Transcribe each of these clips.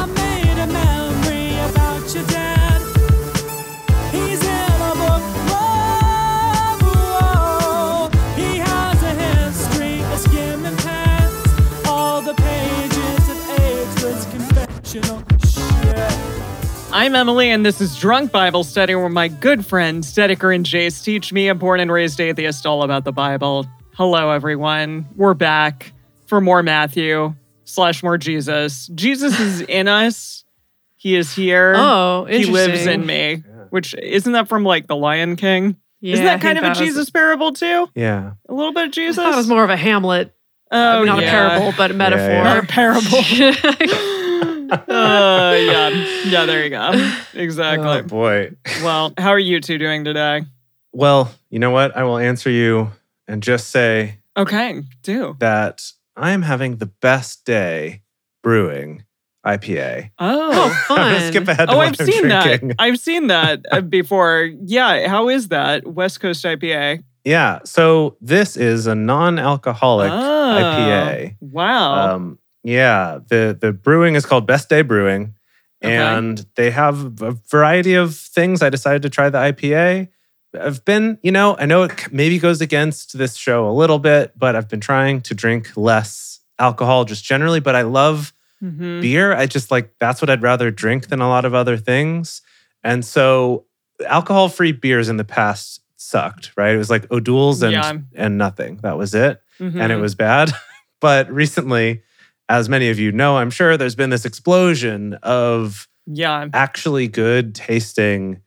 I made a memory about your dad. He's in a book. Whoa, whoa. He has a history of skimming past all the pages of ageless confessional shit. I'm Emily, and this is Drunk Bible Study, where my good friends Dedeker and Jace teach me, a born and raised atheist, all about the Bible. Hello, everyone. We're back for more Matthew slash more Jesus. Jesus is in us. He is here. Oh, he lives interesting. in me. Which isn't that from like The Lion King? Yeah, isn't I that think kind of a that was- Jesus parable too? Yeah. A little bit of I Jesus. thought it was more of a Hamlet, oh, not yeah. a parable, but a metaphor. yeah. Not a parable. uh, yeah, yeah. There you go. Oh Exactly. boy. Well, how are you two doing today? Well, you know what? I will answer you and just say Okay, do. that I am having the best day brewing IPA. oh, Oh. I'm fun. gonna skip ahead to Oh, I've what I'm seen drinking. that. I've seen that uh, before. Yeah, how is that? West Coast IPA. Yeah. So this is a non-alcoholic Oh, IPA. Wow. Um, yeah. The the brewing is called Best Day Brewing. Okay. And they have a variety of things. I decided to try the IPA. I've been, you know, I know it maybe goes against this show a little bit, but I've been trying to drink less alcohol just generally. But I love Mm-hmm, Mhm. beer. I just like that's what I'd rather drink than a lot of other things. And so alcohol free beers in the past sucked, right? It was like O'Doul's and Yeah. and nothing. That was it mm-hmm. and it Hmm. Mhm. was bad. but recently, as many of you know, I'm sure there's been this explosion of yeah. actually good tasting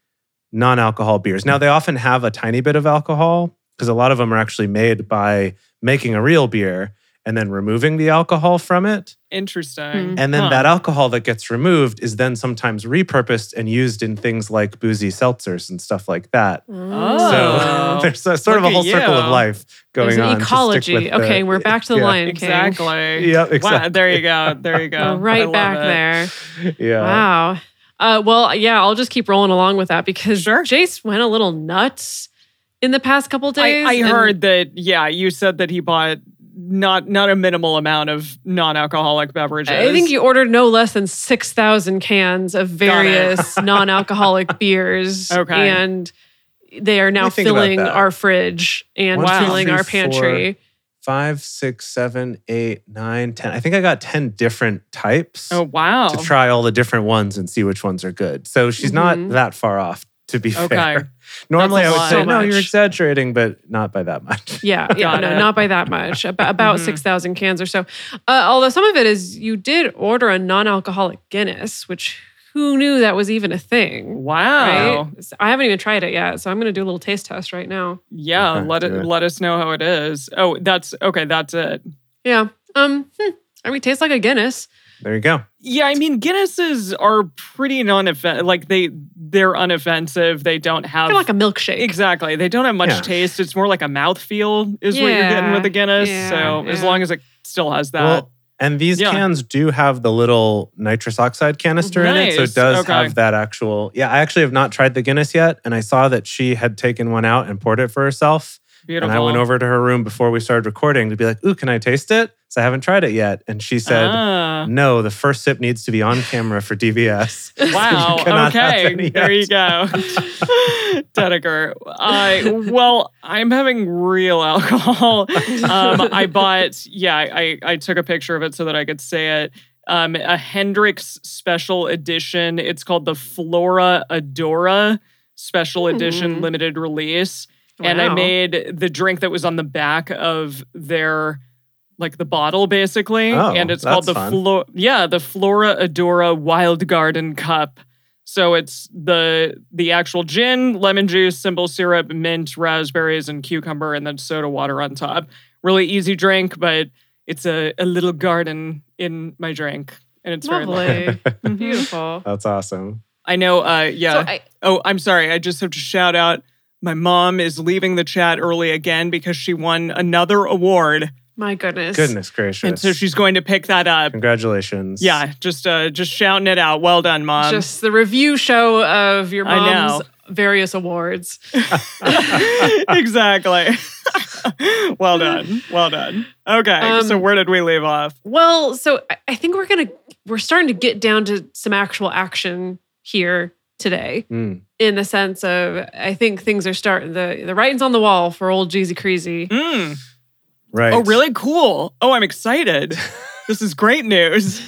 non alcohol beers. Now, they often have a tiny bit of alcohol because a lot of them are actually made by making a real beer and then removing the alcohol from it. Interesting. Hmm. And then Huh. that alcohol that gets removed is then sometimes repurposed and used in things like boozy seltzers and stuff like that. Oh. So there's a, sort of Look at a whole circle you. of life There's going an on. to stick with ecology. the- okay, we're back to the yeah. Lion King. Exactly. Yeah, Wow, there you go. There you We're go. I right love back it. there. Yeah. Wow. Uh, well, yeah, I'll just keep rolling along with that because Sure. Jace went a little nuts in the past couple days. I, I and- heard that. Yeah, you said that he bought not not a minimal amount of non-alcoholic beverages. I think you ordered no less than 6,000 cans of various non alcoholic beers. Okay. And they are now me think about filling that. our fridge and One, two, filling three, our pantry. Five, six, seven, eight, nine, ten. I think I got 10 different types Oh wow. to try all the different ones and see which ones are good. So she's Mhm. not that far off, to be Mm-hmm. Okay. fair. Normally That's I a would lot. say, So no, much. you're exaggerating, but not by that much. Yeah, yeah, Got no, it. not by that much. About, about Mhm. 6,000 cans or so. Uh, although some of it is you did order a non alcoholic Guinness, which who knew that was even a thing? wow. Right? So I haven't even tried it yet. So I'm going to do a little taste test right now. Yeah, Okay, let it, do it. let us know how it is. Oh, that's okay. That's it. Yeah. Um, hmm. I mean, it tastes like a Guinness. There you go. Yeah, I mean Guinnesses are pretty non-offensive. Like they they're unoffensive. They don't have Kind of like a milkshake. exactly. They don't have much Yeah. taste. It's more like a mouthfeel is what you're getting Yeah, with a Guinness. yeah, so as yeah. long as it still has that, Well, and these Yeah. cans do have the little nitrous oxide canister in it. So Nice. it does Okay. have that actual. Yeah, I actually have not tried the Guinness yet. And I saw that she had taken one out and poured it for herself. beautiful. And I went over to her room before we started recording to be like, ooh, can I taste it? So I haven't tried it yet. And she said, Ah, no, the first sip needs to be on camera for DVS. So you wow. cannot have okay. any There you go, yet. Dedeker. I well, I'm having real alcohol. Um, I bought. Yeah, I I took a picture of it so that I could say it. um, a Hendrix special edition. It's called the Flora Adora Special Edition Hmm. Mhm. Limited Release. And I Wow. made the drink that was on the back of their, like the bottle basically. Oh, and it's that's called the fun. Flora, yeah, the Flora Adora Wild Garden Cup. So it's the the actual gin, lemon juice, simple syrup, mint, raspberries, and cucumber, and then soda water on top. Really easy drink, but it's a, a little garden in my drink, and it's very lovely. Lovely. Mhm. Beautiful. That's awesome. I know. Uh, yeah. So I, oh, I'm sorry. I just have to shout out. My mom is leaving the chat early again because she won another award, my goodness. Goodness gracious. and so she's going to pick that up. Congratulations. Yeah, just uh, just shouting it out. Well done, mom. Just the review show of your Um, I know. mom's various awards. exactly. well done. Well done. Okay. Um, so where did we leave off? Well, so I- I think we're gonna we're starting to get down to some actual action here today, Mm. in the sense of I think things are starting the the writing's on the wall for old Jeezy Creasy. Mm. Right. Oh, really? Cool. Oh, I'm excited. this is great news.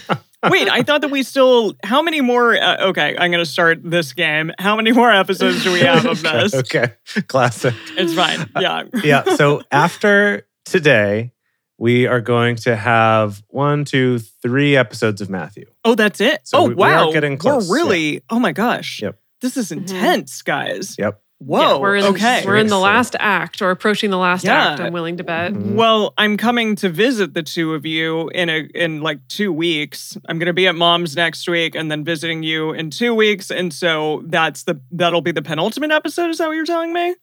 Wait, I thought that we still. How many more? Uh, okay, I'm going to start this game. How many more episodes do we have of this? Okay. Classic. It's fine. Yeah. yeah. So after today, we are going to have one, two, three episodes of Matthew. Oh, that's it. So oh, we- we wow. are getting close, We're really. Oh my gosh. Yep. This is intense, guys. Yep. Whoa. Mm-hmm. Yeah, we're in, okay. We're in the Seriously. last act or approaching the last Yeah. act, I'm willing to bet. Mhm. Well, I'm coming to visit the two of you in a in like two weeks. I'm gonna be at mom's next week and then visiting you in two weeks. And so that's the that'll be the penultimate episode, is that what you're telling me?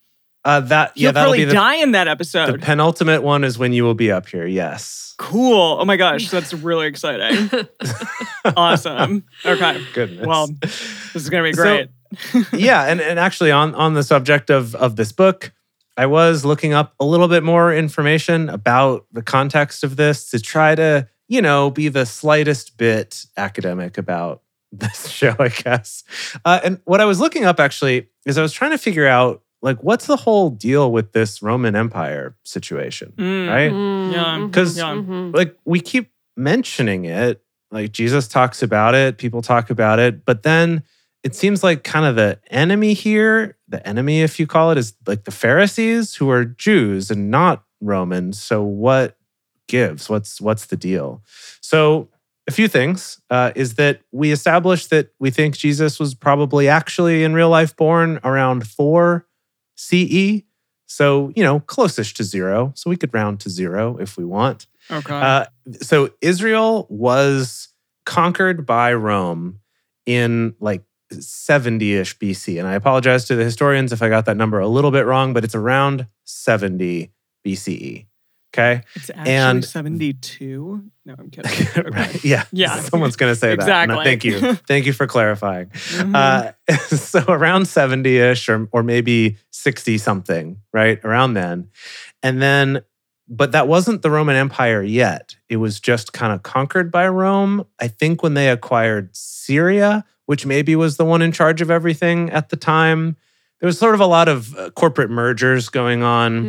Uh, that yeah, You'll that'll probably be the, die in that the episode. penultimate one is when you will be up here. Yes. cool. Oh my gosh, that's really Mm-hmm. exciting. awesome. Okay. Goodness. Well, This is gonna be So- great. yeah, and, and actually on on the subject of of this book, I was looking up a little bit more information about the context of this to try to, you know, be the slightest bit academic about this show, I guess. Uh, and what I was looking up actually is I was trying to figure out like what's the whole deal with this Roman Empire situation, Mm. right? Mm, Yeah. mhm, Mm-hmm. 'Cause- Yeah. mhm. like we keep mentioning it like jesus talks about it people talk about it but then it seems like kind of the enemy here the enemy if you call it is like the pharisees who are jews and not romans so what gives what's what's the deal so a few things uh, is that we established that we think jesus was probably actually in real life born around 4 ce so you know closest to zero so we could round to zero if we want Okay. uh, so Israel was conquered by Rome in like 70 ish BC. And I apologize to the historians if I got that number a little bit wrong, but it's around 70 BCE. E, Okay. it's actually and- 72. No, I'm kidding. Okay. right. Yeah. Yeah. Someone's going to say that. No, Exactly. thank you. Thank you for clarifying. Mhm. Uh, so around 70 ish or, or maybe 60 something, right? Around then. And then, but that wasn't the Roman Empire yet. It was just kind of conquered by Rome. I think when they acquired Syria, which maybe was the one in charge of everything at the time, there was sort of a lot of uh, corporate mergers going on, uh,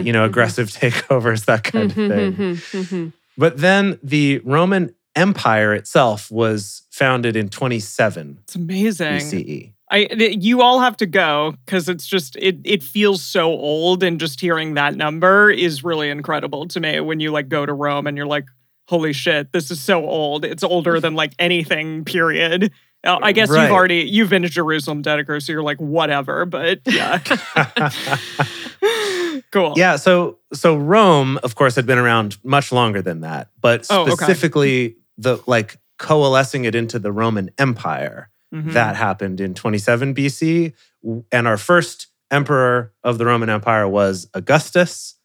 Mhm, you know, mhm, aggressive takeovers, that kind of mhm, thing. mhm, mhm, But then the Roman Empire itself was founded in 27 It's amazing. BCE. I th- you all have to go because it's just it it feels so old and just hearing that number is really incredible to me when you like go to Rome and you're like holy shit this is so old it's older than like anything period Uh, I guess Right. you've already you've been to Jerusalem Dedeker so you're like whatever but yeah cool yeah, so so Rome, of course, had been around much longer than that, but Oh, okay. specifically the like coalescing it into the Roman Empire Mhm. that happened in 27 BC, and our first emperor of the Roman Empire was Augustus.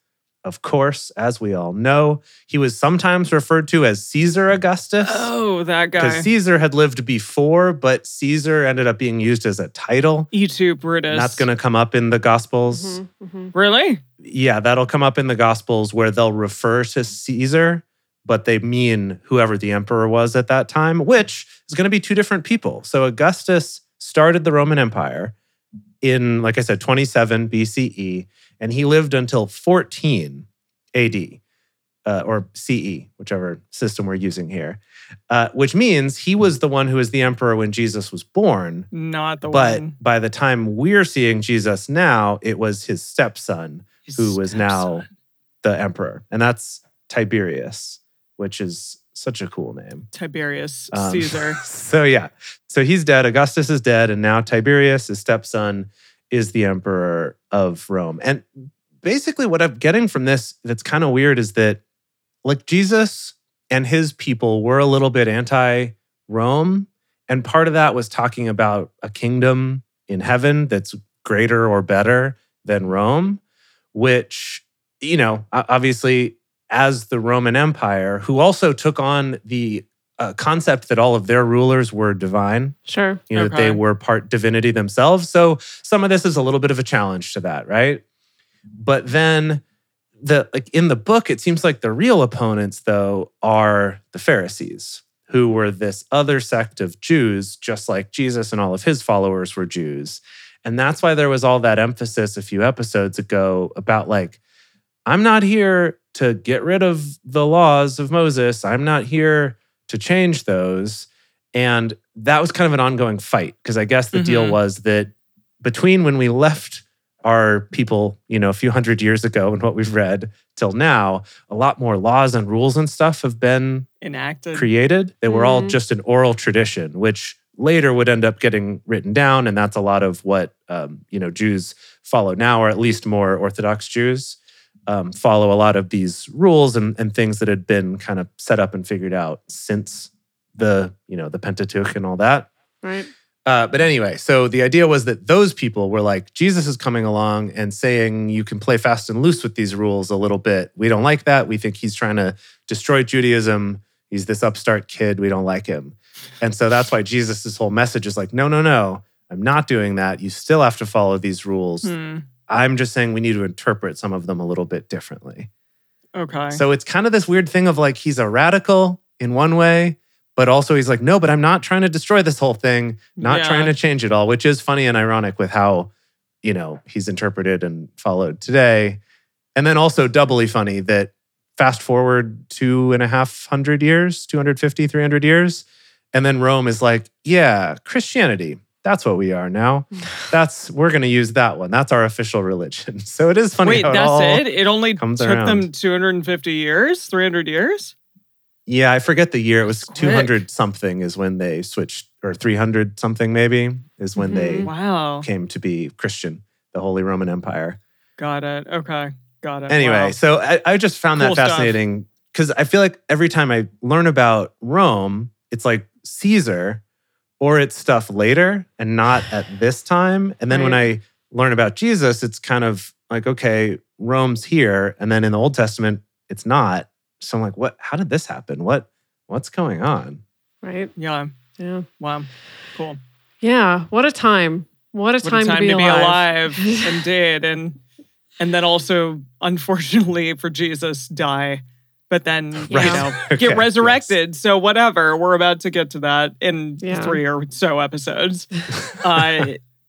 Of course, as we all know, he was sometimes referred to as Caesar Augustus. oh that guy because Caesar had lived before, but Caesar ended up being used as a title. E2 E Brutus And that's going to come up in the Gospels. Mm-hmm. mhm, mhm. really Yeah, that'll come up in the Gospels where they'll refer to Caesar, but they mean whoever the emperor was at that time, which is going to be two different people. So Augustus started the Roman Empire in, like I said, 27 BCE, E, and he lived until 14 AD. Uh, or CE, whichever system we're using here, uh, which means he was the one who was the emperor when Jesus was born, not the but one by the time we're seeing Jesus now, it was his stepson who was now the emperor. And that's Tiberius, which is such a cool name. Tiberius Um, Caesar so, yeah. So he's dead. Augustus is dead. And now Tiberius, his stepson, is the emperor of Rome. And basically, what I'm getting from this that's kind of weird is that, like, Jesus and his people were a little bit anti Rome And part of that was talking about a kingdom in heaven that's greater or better than Rome, which, you know, o- obviously, as the Roman Empire, who also took on the uh, concept that all of their rulers were divine, Sure. you know, that they Okay. were part divinity themselves. So some of this is a little bit of a challenge to that, right? But then the like in the book, it seems like the real opponents though are the Pharisees, who were this other sect of Jews, just like Jesus and all of his followers were Jews. And that's why there was all that emphasis a few episodes ago about like, I'm not here to get rid of the laws of Moses. I'm not here to change those. And that was kind of an ongoing fight because I guess the deal Mhm. was that between when we left our people, you know, a few hundred years ago and what we've read till now, a lot more laws and rules and stuff have been Enacted. created. They were all Mhm. just an oral tradition, which later would end up getting written down, and that's a lot of what um, you know Jews follow now, or at least more Orthodox Jews um, follow a lot of these rules and, and things that had been kind of set up and figured out since the you know the Pentateuch and all that. Right. Uh, but anyway, so the idea was that those people were like, Jesus is coming along and saying you can play fast and loose with these rules a little bit. We don't like that. We think he's trying to destroy Judaism. He's this upstart kid. We don't like him. And so that's why Jesus' whole message is like, no, no, no, I'm not doing that. You still have to follow these rules. Hmm. I'm just saying we need to interpret some of them a little bit differently. Okay. So it's kind of this weird thing of like he's a radical in one way, but also he's like, no, but I'm not trying to destroy this whole thing, not Yeah. trying to change it all, which is funny and ironic with how, you know, he's interpreted and followed today. And then also doubly funny that fast forward two and a half hundred years, 250, 300 years. And then Rome is like, yeah, Christianity, that's what we are now. That's, we're going to use that one. That's our official religion. So it is funny. Wait, how it that's all- it? It only took comes them around. 250 years? 300 years? Yeah, I forget the year. It was Quick. 200 something is when they switched, or 300 something maybe is when Mm-hmm. Mhm. Wow. they came to be Christian, the Holy Roman Empire. Got it. Okay. Got it. Anyway, Wow. so I, I just found Cool that stuff. fascinating because I feel like every time I learn about Rome, it's like Caesar or it's stuff later and not at this time. And then when I learn about Jesus, it's kind of like, okay, Rome's here. And then in the Old Testament, it's not. So I'm like, what? How did this happen? What? What's going on? Right. Yeah. Yeah. Wow. Cool. Yeah. What a time. What a, What time, a time to be alive. Indeed. And and then also, unfortunately for Jesus, die. But then you Right. know get Okay, resurrected. So whatever. We're about to get to that in Yeah. three or so episodes. uh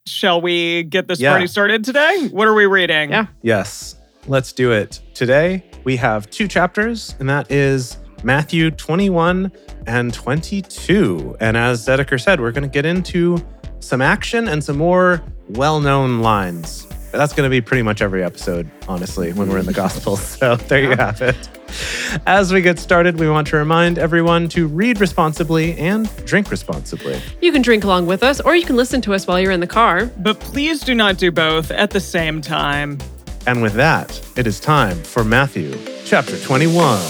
shall we get this Yeah. party started today? What are we reading? Yeah. Yes, let's do it. Today, we have two chapters, and that is Matthew 21 and 22. And as Zedeker said, we're going to get into some action and some more well known lines. But that's going to be pretty much every episode, honestly, when we're in the Gospels. So there you have it. As we get started, we want to remind everyone to read responsibly and drink responsibly. You can drink along with us, or you can listen to us while you're in the car. But please do not do both at the same time. And with that, it is time for Matthew chapter 21.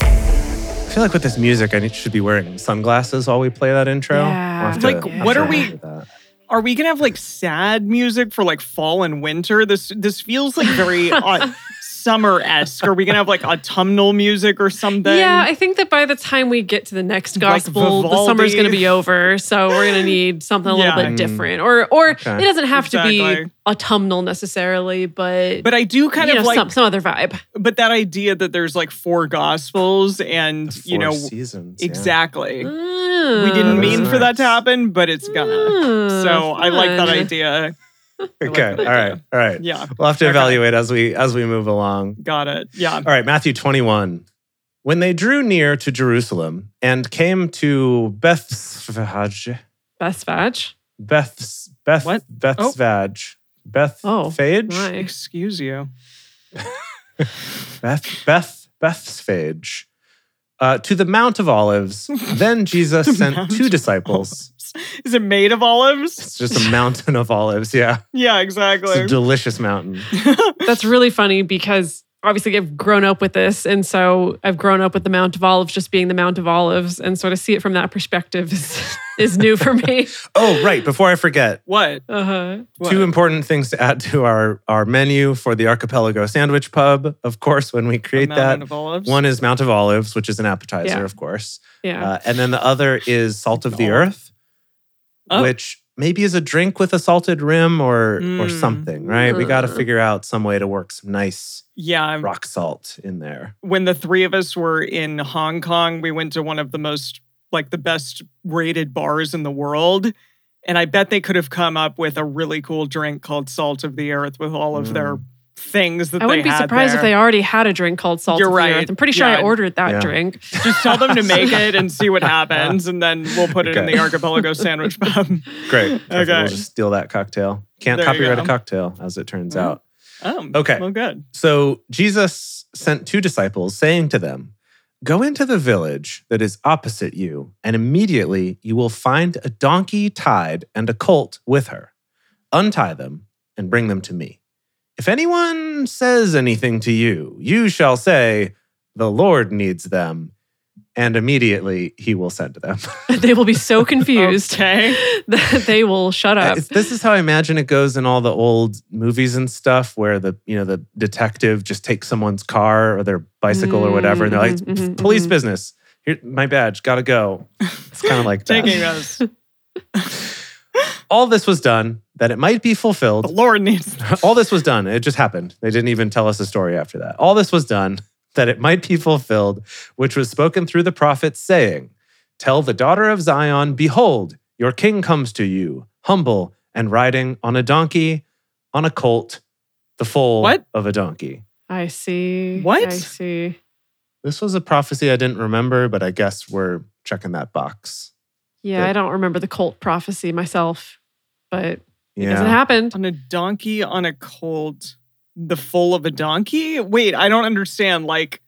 I feel like with this music, I need- should be wearing sunglasses while we play that intro. I'll Yeah. have to- Like, I'll have what to are we- remember that. Are we gonna have like sad music for like fall and winter? This this feels like very uh, summer esque. Are we gonna have like autumnal music or something? yeah, I think that by the time we get to the next Like gospel, the summer's Vivaldi. going to be over. So we're going to need something a Yeah. little Mm. bit different, or or Okay. it doesn't have to Exactly. be autumnal necessarily, but but I do kind you of know, like, some some other vibe. but that idea that there's like four gospels and The you four know seasons. yeah. exactly. Mm. We We didn't That's mean for that to nice. happen, but it's Mm, gonna. so I like that idea. like Okay. that all idea. right. All right. Yeah, We'll have to Okay. evaluate as we as we move along. got it. Yeah. All right, Matthew 21. When they drew near to Jerusalem and came to Bethsvaj, Best batch. Beths, Beth, What? Oh. Bethsvaj, Bethphage, Oh, Beth, Nice. Excuse you. Beth, Bethsphage, uh, to the Mount of Olives. Then Jesus The sent Mount two of disciples. Is it made of olives? It's just a mountain of olives. Yeah. Yeah, It's a exactly. delicious mountain. That's really funny because obviously I've grown up with this. And so I've grown up with the Mount of Olives just being the Mount of Olives. And sort of see it from that perspective is, is new for me. Oh, right. Before I forget, What? Uh-huh. What? two important things to add to our, our menu for the Archipelago Sandwich Pub. Of course, when we A create mountain that, of olives? one is Mount of Olives, which is an appetizer, Yeah. of course. Yeah. Uh, and then the other is Salt of the Earth, Oh. which maybe is a drink with a salted rim or or Mm. something, right? We got to Mm. figure out some way to work some nice Yeah, I'm- rock salt in there. when the three of us were in Hong Kong, we went to one of the most like the best rated bars in the world. And I bet they could have come up with a really cool drink called Salt of the Earth with all of Mm. their things that I wouldn't they be had surprised if there. they already had a drink called Salt You're of right. the Earth. I'm pretty sure Yeah. I ordered that Yeah. drink. just tell them to make it and see what happens, and then we'll put it in Okay. the archipelago sandwich pub. Great. Perfect. Okay. We'll just steal that cocktail. Can't There you copyright a go. cocktail, as it turns Mm. out. Um, Okay. Well, good. So Jesus sent two disciples, saying to them, Go into the village that is opposite you, and immediately you will find a donkey tied and a colt with her. Untie them and bring them to me. If anyone says anything to you, you shall say, The Lord needs them. And immediately he will send to them. they will be so confused Okay. that they will shut up. It's- this is how I imagine it goes in all the old movies and stuff, where the you know the detective just takes someone's car or their bicycle or whatever, and they're like, Mhm, mhm, "Police mhm. business. Here, my badge. Gotta go." It's kind of like that. Taking us. The All this was done that it might be fulfilled. Lord needs. all this was done. It just happened. They didn't even tell us a story after that. All this was done that it might be fulfilled, which was spoken through the prophet, saying, "Tell the daughter of Zion, behold, your king comes to you, humble and riding on a donkey, on a colt, the foal What? of a donkey." I see. What? I see. This was a prophecy I didn't remember, but I guess we're checking that box. Yeah, Yeah. I don't remember the cult prophecy myself, but it Yeah. hasn't happened. on a donkey on a colt the foal of a donkey wait i don't understand like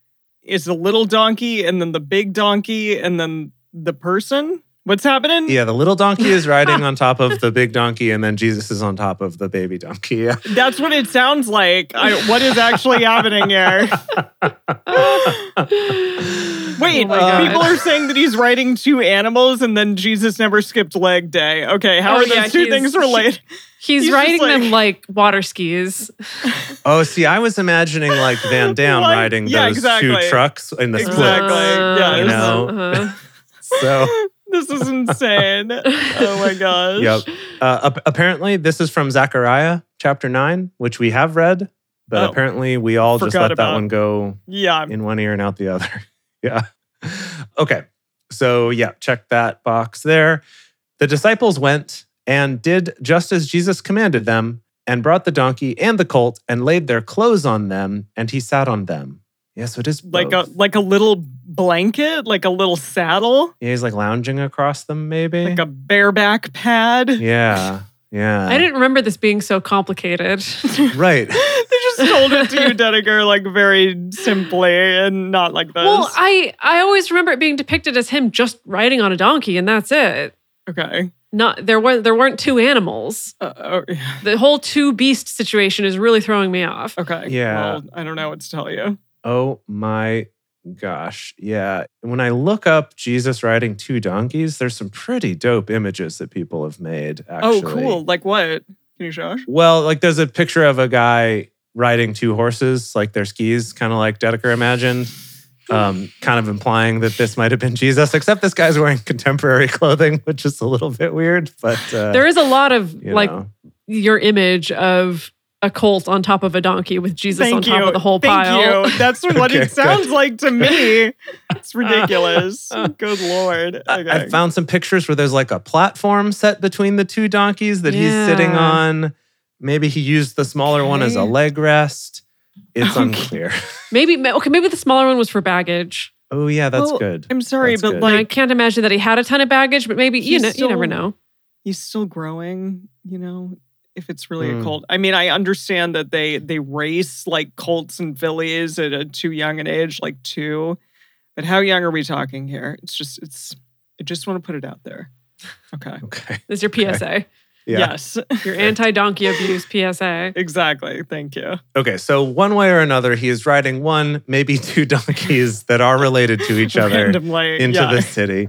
is the little donkey and then the big donkey and then the person what's happening Yeah, the little donkey is riding on top of the big donkey, and then Jesus is on top of the baby donkey. Yeah. that's what it sounds like I, what is actually happening here Oh wait my God. uh, people are saying that he's riding two animals and then jesus never skipped leg day okay how Oh, are those yeah, two he's- things related He's, He's just riding like- them like water skis. Oh, see, I was imagining like Van Damme Like- riding yeah, those exactly. two trucks in the Exactly. split. yeah, uh, You know. uh-huh. So, this is insane oh my gosh yep. Uh, ap- apparently, this is from Zechariah chapter 9, which we have read, but Oh. apparently we all just Forgot let that about- one go yeah in one ear and out the other. yeah. Okay. So, yeah, check that box there. The disciples went and did just as Jesus commanded them and brought the donkey and the colt and laid their clothes on them, and he sat on them. Yeah, so it is like uh, a both. like a little blanket, like a little saddle, Yeah, he's like lounging across them, maybe. like a bareback pad. yeah, yeah. I didn't remember this being so complicated. Right. they just told it to you, Dedeker, like very simply and not like this. well, I I always remember it being depicted as him just riding on a donkey and that's it. okay. Not there weren't there weren't two animals. Uh, oh, yeah. The whole two beast situation is really throwing me off. okay. Yeah. Well, I don't know what to tell you. Oh my gosh. Yeah. When I look up Jesus riding two donkeys, there's some pretty dope images that people have made. Actually. Oh, cool. Like what? Can you show us? Well, like there's a picture of a guy riding two horses, like their skis, kind of like Dedeker imagined. Um, kind of implying that this might have been Jesus, except this guy's wearing contemporary clothing, which is a little bit weird. But uh, There is a lot of you like know. your image of a colt on top of a donkey with Jesus on Thank top you. of the whole Thank pile. you. That's what Okay, it good. sounds like to me. It's ridiculous. Good lord. I- Okay. I found some pictures where there's like a platform set between the two donkeys that he's Yeah. sitting on. Maybe he used the smaller one as a Okay. leg rest. It's Okay. unclear. Maybe ma- okay, maybe the smaller one was for baggage. Oh yeah, that's Well, good. I'm sorry, That's but good. And I like can't imagine that he had a ton of baggage, but maybe you He's know you never still- know. he's still growing you know if it's really a Hmm. colt i mean i understand that they they race like colts and fillies at a too young an age like two But how young are we talking here? It's just it's I just want to put it out there. Okay. Okay. This is your PSA. Yeah. Yes. Your anti donkey abuse PSA. exactly. Thank you. Okay. So one way or another, he is riding one, maybe two donkeys that are related to each other Randomly. into yeah. the city.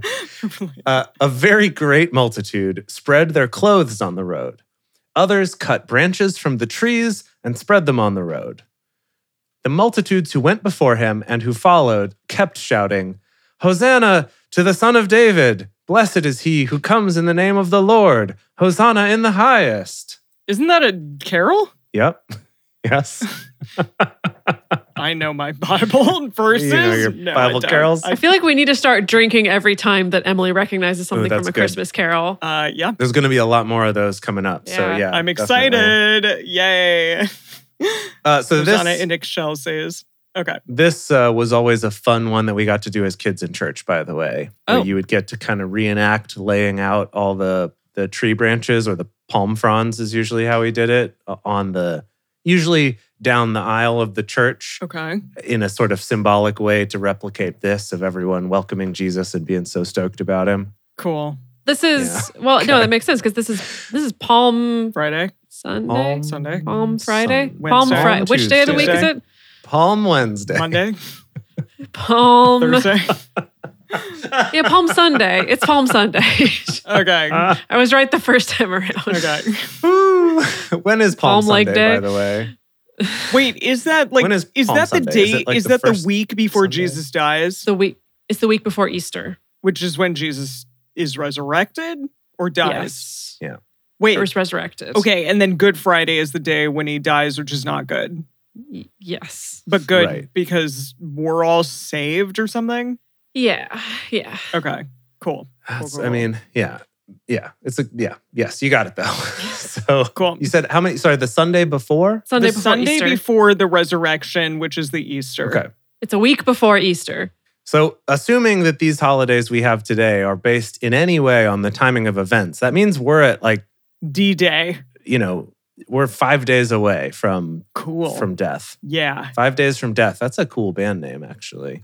Uh, a very great multitude spread their clothes on the road. Others cut branches from the trees and spread them on the road. The multitudes who went before him and who followed kept shouting, Hosanna to the Son of David! Blessed is he who comes in the name of the Lord! Hosanna in the highest! Isn't that a carol? Yep. Yes. I know my Bible verses. your No, I Bible don't. carols. I feel like we need to start drinking every time that Emily recognizes something that's from a good. Christmas carol. Uh, yeah, There's going to be a lot more of those coming up. So, Yeah. yeah. I'm definitely. excited. Yay. Uh, so, this, Rosanna in Excel says, okay. this uh, was always a fun one that we got to do as kids in church by the way where Oh. you would get to kind of reenact laying out all the the tree branches or the palm fronds is usually how we did it uh, on the usually down the aisle of the church Okay. Oh. in a sort of symbolic way to replicate this of everyone welcoming jesus and being so stoked about him Cool. This is well, no, that makes sense because this is this is Palm Friday. Sunday, palm, Sunday. Palm Friday, Sun- Palm Wednesday. Friday. Which day of the week is Tuesday. it? palm wednesday Monday, Palm. Thursday. Yeah, Palm Sunday. It's Palm Sunday. Okay. Ah, I was right the first time around. Okay. ooh. when is Palm palm, sunday Leg Day. by the way Wait, is that like When is is, Palm that the Sunday? Is date? it, Is, like, the that the first week before Sunday? Jesus dies, It's the week. It's the week before Easter. which is when Jesus is resurrected or dies? Yes. Wait. It was resurrected. Okay, and then Good Friday is the day when he dies, which is not good, Y- yes. but good Right. because we're all saved or something. Yeah. Yeah. Okay, cool, That's- cool, I cool. mean, yeah, yeah. It's a yeah, yes. You got it though. so cool. you said how many? Sorry, the Sunday before. Sunday the before Sunday Easter. before the resurrection, which is the Easter. Okay. it's a week before Easter. So assuming that these holidays we have today are based in any way on the timing of events, that means we're at like D Day. you know we're five days away from Cool. from death. yeah. Five days from death. That's a cool band name, actually.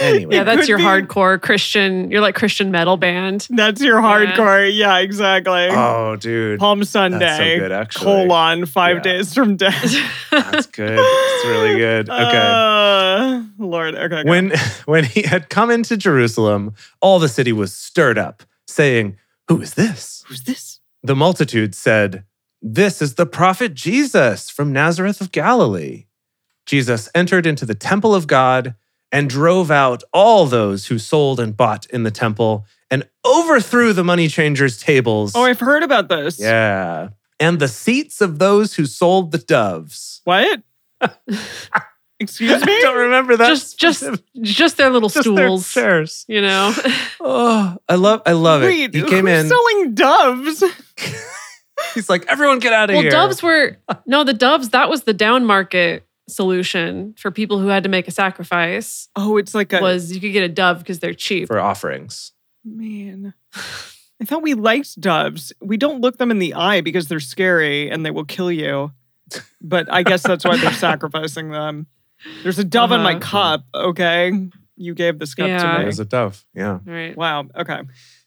Anyway. anyway, Yeah, that's your hardcore Christian. You're like Christian metal band. That's your Yeah. hardcore. Yeah, exactly. Oh, dude, Palm that's so Sunday. good. Actually, colon five Yeah. days from death. That's good. It's really good. Okay. Uh, Lord. Okay. okay. When when he had come into Jerusalem, all the city was stirred up, saying, "Who is this?" who's this? The multitude said, "This is the prophet Jesus from Nazareth of Galilee." Jesus entered into the temple of God and drove out all those who sold and bought in the temple and overthrew the money changers' tables. Oh, I've heard about this. yeah. And the seats of those who sold the doves. What? Excuse me. Don't remember that. Just- just specific- Just their little just their stools. chairs. You know. Oh, I love, I love Wait, it. He came who's in. selling doves. He's like, everyone, get out of Well, here. doves were no the doves. That was the down market solution for people who had to make a sacrifice. Oh, it's like a Was you could get a dove because they're cheap. for offerings. man. I thought we liked doves. We don't look them in the eye because they're scary and they will kill you. But I guess that's why they're sacrificing them. There's a dove in my Uh-huh. cup. Okay, you gave this cup Yeah. to me. There's a dove. Yeah. Right. Wow. Okay.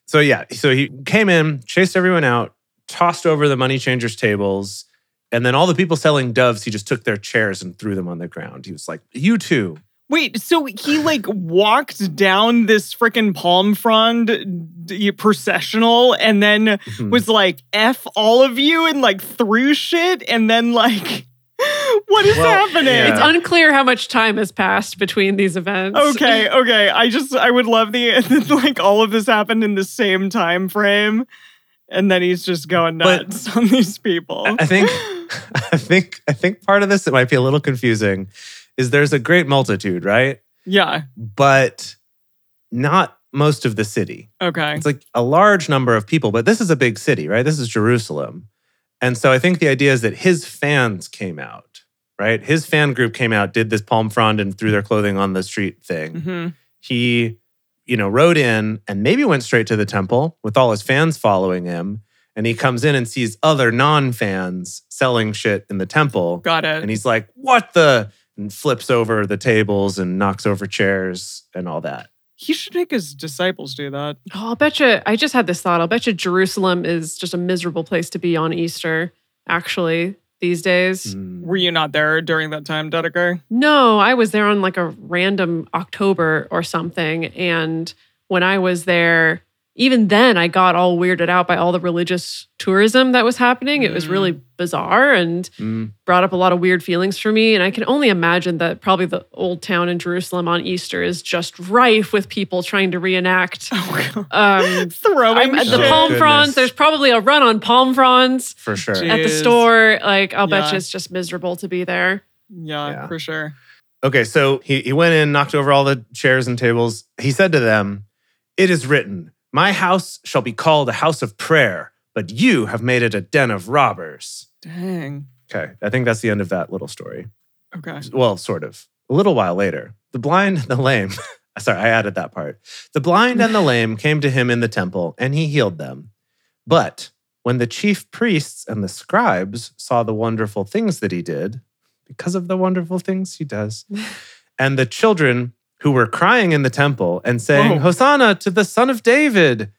So yeah, so he came in, chased everyone out, tossed over the money changers' tables, and then all the people selling doves, he just took their chairs and threw them on the ground. He was like, "You too." Wait, so he like walked down this freaking palm frond d- processional and then Hmm. was like F all of you and like threw shit and then like what is Well, happening? yeah. It's unclear how much time has passed between these events. Okay, okay. I just I would love the like all of this happened in the same time frame and then he's just going But- nuts on these people. I think, I think, I think part of this that might be a little confusing is there's a great multitude, right? yeah. But not most of the city. Okay. It's like a large number of people, but this is a big city, right? This is Jerusalem. And so I think the idea is that his fans came out, right? His fan group came out, did this palm frond and threw their clothing on the street thing. hmm He, you know, rode in and maybe went straight to the temple with all his fans following him. And he comes in and sees other non fans selling shit in the temple. Got it. And he's like, what the? and flips over the tables and knocks over chairs and all that. He should make his disciples do that. Oh, I'll bet you. I just had this thought. I'll bet you Jerusalem is just a miserable place to be on Easter, actually, these days. Mm. Were you not there during that time, Dedeker? No, I was there on like a random October or something. And when I was there, even then, I got all weirded out by all the religious tourism that was happening. It was Mm. really bizarre and Mm. brought up a lot of weird feelings for me. And I can only imagine that probably the old town in Jerusalem on Easter is just rife with people trying to reenact. Oh, Um, Throwing I'm at the shit. palm Goodness. fronds. There's probably a run on palm fronds For sure. Gee. at the Jeez. store. Like, I'll bet Yeah. you it's just miserable to be there. Yeah, Yeah. for sure. Okay, so he, he went in, knocked over all the chairs and tables. He said to them, It is written, My house shall be called a house of prayer, but you have made it a den of robbers. Dang. Okay, I think that's the end of that little story. Okay. Well, sort of. A little while later, the blind and the lame, sorry, I added that part. The blind and the lame came to him in the temple, and he healed them. But when the chief priests and the scribes saw the wonderful things that he did, because of the wonderful things he does, and the children who were crying in the temple and saying, Whoa. Hosanna to the son of David,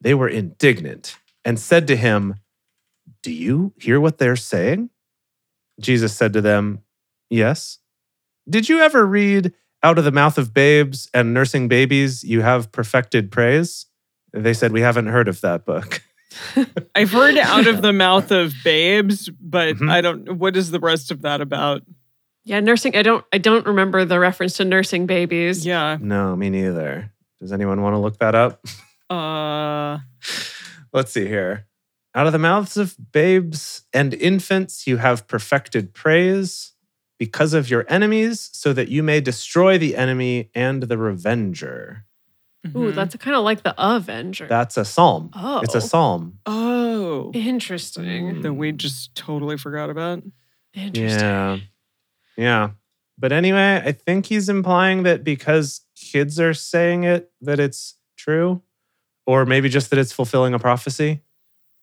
they were indignant and said to him, Do you hear what they're saying? Jesus said to them, Yes. Did you ever read, Out of the mouth of babes and nursing babies, you have perfected praise? They said, We haven't heard of that book. I've heard out of the mouth of babes, but Mhm. I don't. What is the rest of that about? Yeah, nursing. I don't. I don't remember the reference to nursing babies. Yeah. No, me neither. Does anyone want to look that up? Uh. Let's see here. Out of the mouths of babes and infants, you have perfected praise because of your enemies, so that you may destroy the enemy and the revenger. Ooh, mhm. that's kind of like the Avenger. That's a psalm. oh, It's a psalm. Oh. Interesting. That we just totally forgot about. Interesting. Yeah. Yeah. But anyway, I think he's implying that because kids are saying it, that it's true, or maybe just that it's fulfilling a prophecy.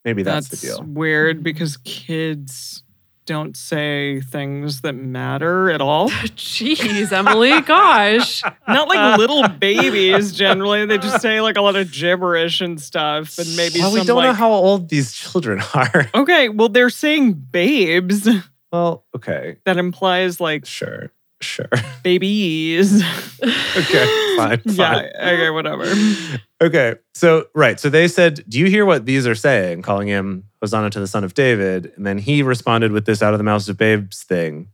Maybe that's, the deal. weird because kids don't say things that matter at all. Jeez, Emily. Gosh. Not like little babies generally. They just say like a lot of gibberish and stuff. But maybe well, some we don't like know how old these children are. Okay, well they're saying babes. well, okay, That implies like sure, sure. babies. Okay, fine, Yeah, okay, whatever. okay, so right, so they said, "Do you hear what these are saying?" Calling him Hosanna to the Son of David, and then he responded with this out of the mouths of babes thing.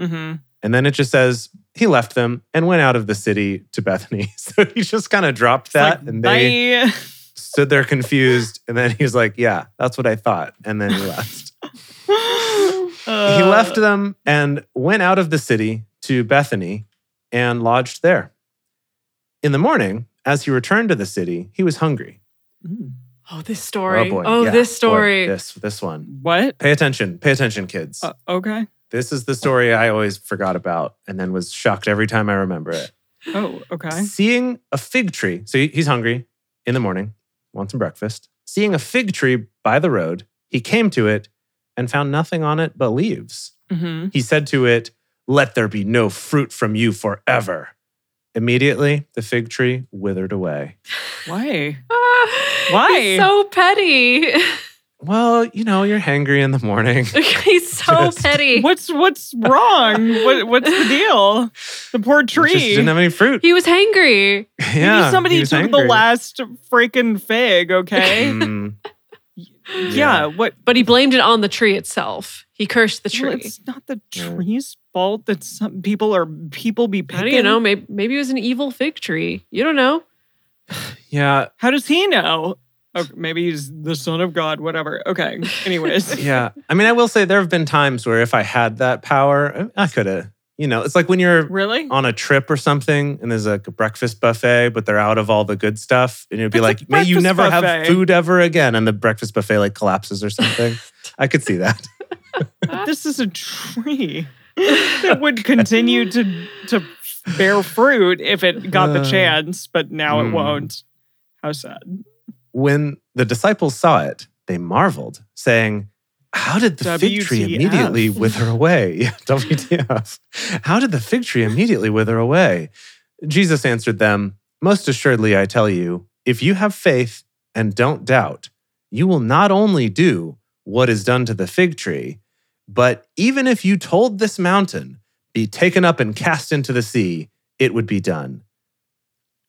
hmm And then it just says he left them and went out of the city to Bethany. So he just kind of dropped that and they Bye. stood there confused. And then he was like, Yeah, that's what I thought. And then he left. he Uh, left them and went out of the city to Bethany and lodged there. In the morning, as he returned to the city, he was hungry. Mm. Oh, this story. Oh boy. yeah, this boy, story. this this one. What? Pay attention. Pay attention, kids. Uh, okay. this is the story I always forgot about and then was shocked every time I remember it. Oh, okay. Seeing a fig tree. So he- he's hungry in the morning, wants some breakfast. Seeing a fig tree by the road, he came to it and found nothing on it but leaves. hmm Mm-hmm. He said to it, Let there be no fruit from you forever. Immediately, the fig tree withered away. Why? Ah, Why? He's so petty. Well, you know, you're hangry in the morning. he's so Just- petty. What's what's wrong? what what's the deal? The poor It tree. Just didn't have any fruit. He was hangry. Maybe yeah. he somebody was took the hangry. last freaking fig, okay? Mm, yeah. yeah. what But he blamed it on the tree itself. He cursed the well, tree. it's not the Yeah. tree's fault that some people are people be picking. How do you know? Maybe maybe it was an evil fig tree. You don't know. yeah. How does he know? Oh, maybe he's the son of God, whatever. Okay. Anyways. yeah. I mean, I will say there have been times where if I had that power, I could have, you know, it's like when you're really? on a trip or something and there's like a breakfast buffet, but they're out of all the good stuff. And it'd be That's like, a may you breakfast never have buffet." food ever again. And the breakfast buffet like collapses or something. I could see that. this is a tree that would continue to to bear fruit if it got the Uh, chance, but now it hmm. won't. How sad. When the disciples saw it, they marveled, saying, How did the fig tree WTF? immediately wither away? Yeah, WTF. How did the fig tree immediately wither away? Jesus answered them, Most assuredly, I tell you, if you have faith and don't doubt, you will not only do what is done to the fig tree, but even if you told this mountain, be taken up and cast into the sea, it would be done.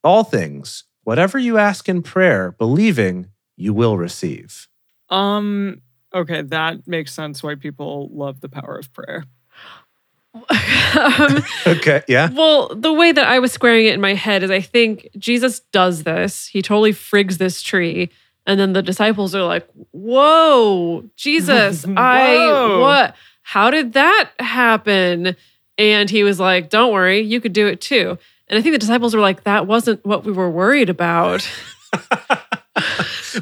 All things, whatever you ask in prayer, believing, you will receive. Um. Okay, that makes sense. Why people love the power of prayer. um, Okay, yeah. Well, the way that I was squaring it in my head is I think Jesus does this. He totally frigs this tree. And then the disciples are like, Whoa, Jesus, I, Whoa. what? How did that happen? And he was like, Don't worry, you could do it too. And I think the disciples were like, That wasn't what we were worried about.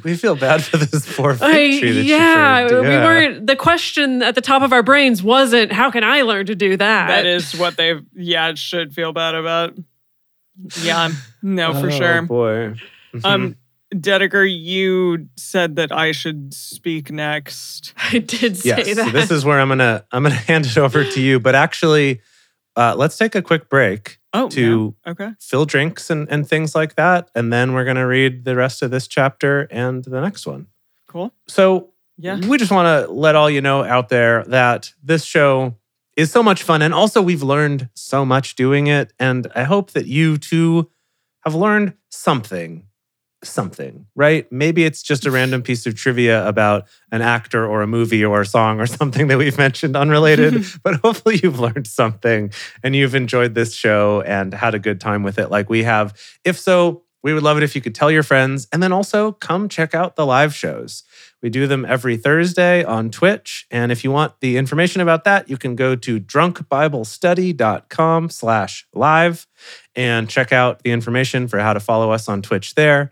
we feel bad for this poor fig I, tree that yeah, you frigged. we weren't, the question at the top of our brains wasn't, How can I learn to do that? That is what they, yeah, should feel bad about. Yeah, no, for Oh, sure. boy. Mhm. Um, Dedeker, you said that I should speak next. I did say yes. so that. this is where I'm gonna I'm gonna hand it over to you. But actually, uh, let's take a quick break Oh, no. to okay. fill drinks and, and things like that, and then we're gonna read the rest of this chapter and the next one. Cool. So Yeah. We just want to let all you know out there that this show is so much fun. And also, we've learned so much doing it. And I hope that you too have learned something, something, right? Maybe it's just a random piece of trivia about an actor or a movie or a song or something that we've mentioned unrelated. but hopefully, you've learned something and you've enjoyed this show and had a good time with it, like we have. If so, we would love it if you could tell your friends and then also come check out the live shows. We do them every Thursday on Twitch. And if you want the information about that, you can go to drunkbiblestudy.com slash live and check out the information for how to follow us on Twitch there.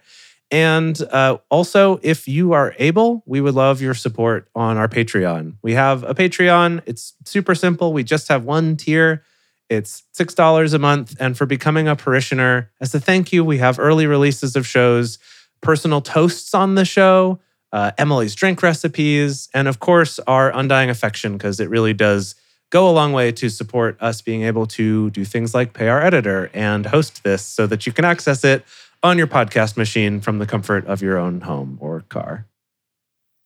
And uh, also, if you are able, we would love your support on our Patreon. We have a Patreon. It's super simple. We just have one tier. It's $6 a month. And for becoming a parishioner, as a thank you, we have early releases of shows, personal toasts on the show, uh, Emily's drink recipes, and of course, our undying affection, because it really does go a long way to support us being able to do things like pay our editor and host this so that you can access it on your podcast machine from the comfort of your own home or car.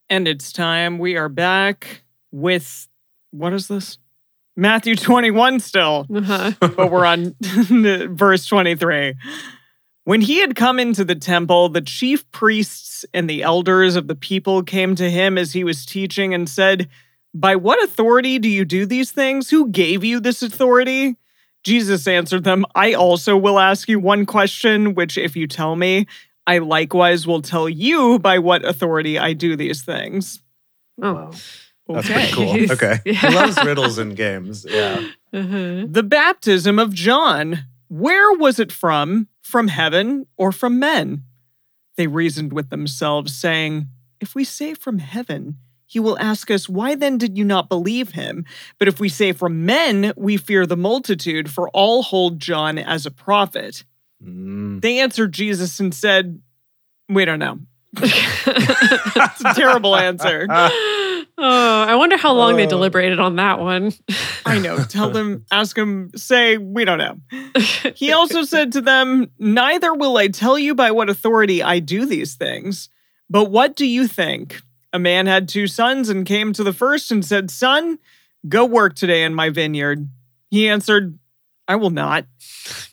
And it's time. We are back with what is this? Matthew 21 still. Uh-huh. but we're on verse 23. When he had come into the temple, the chief priests and the elders of the people came to him as he was teaching and said, By what authority do you do these things? Who gave you this authority? Jesus answered them, I also will ask you one question, which if you tell me, I likewise will tell you by what authority I do these things. Oh. That's Okay. pretty cool. Okay. Yeah. He loves riddles and games. Yeah. Uh-huh. The baptism of John, where was it from? From heaven or from men? They reasoned with themselves, saying, If we say from heaven, he will ask us, Why then did you not believe him? But if we say from men, we fear the multitude, for all hold John as a prophet. Mm. They answered Jesus and said, We don't know. It's a terrible answer. oh, I wonder how long they Oh. deliberated on that one. I know. Tell them, ask them, say, We don't know. He also said to them, Neither will I tell you by what authority I do these things. But what do you think? A man had two sons and came to the first and said, Son, go work today in my vineyard. He answered, I will not.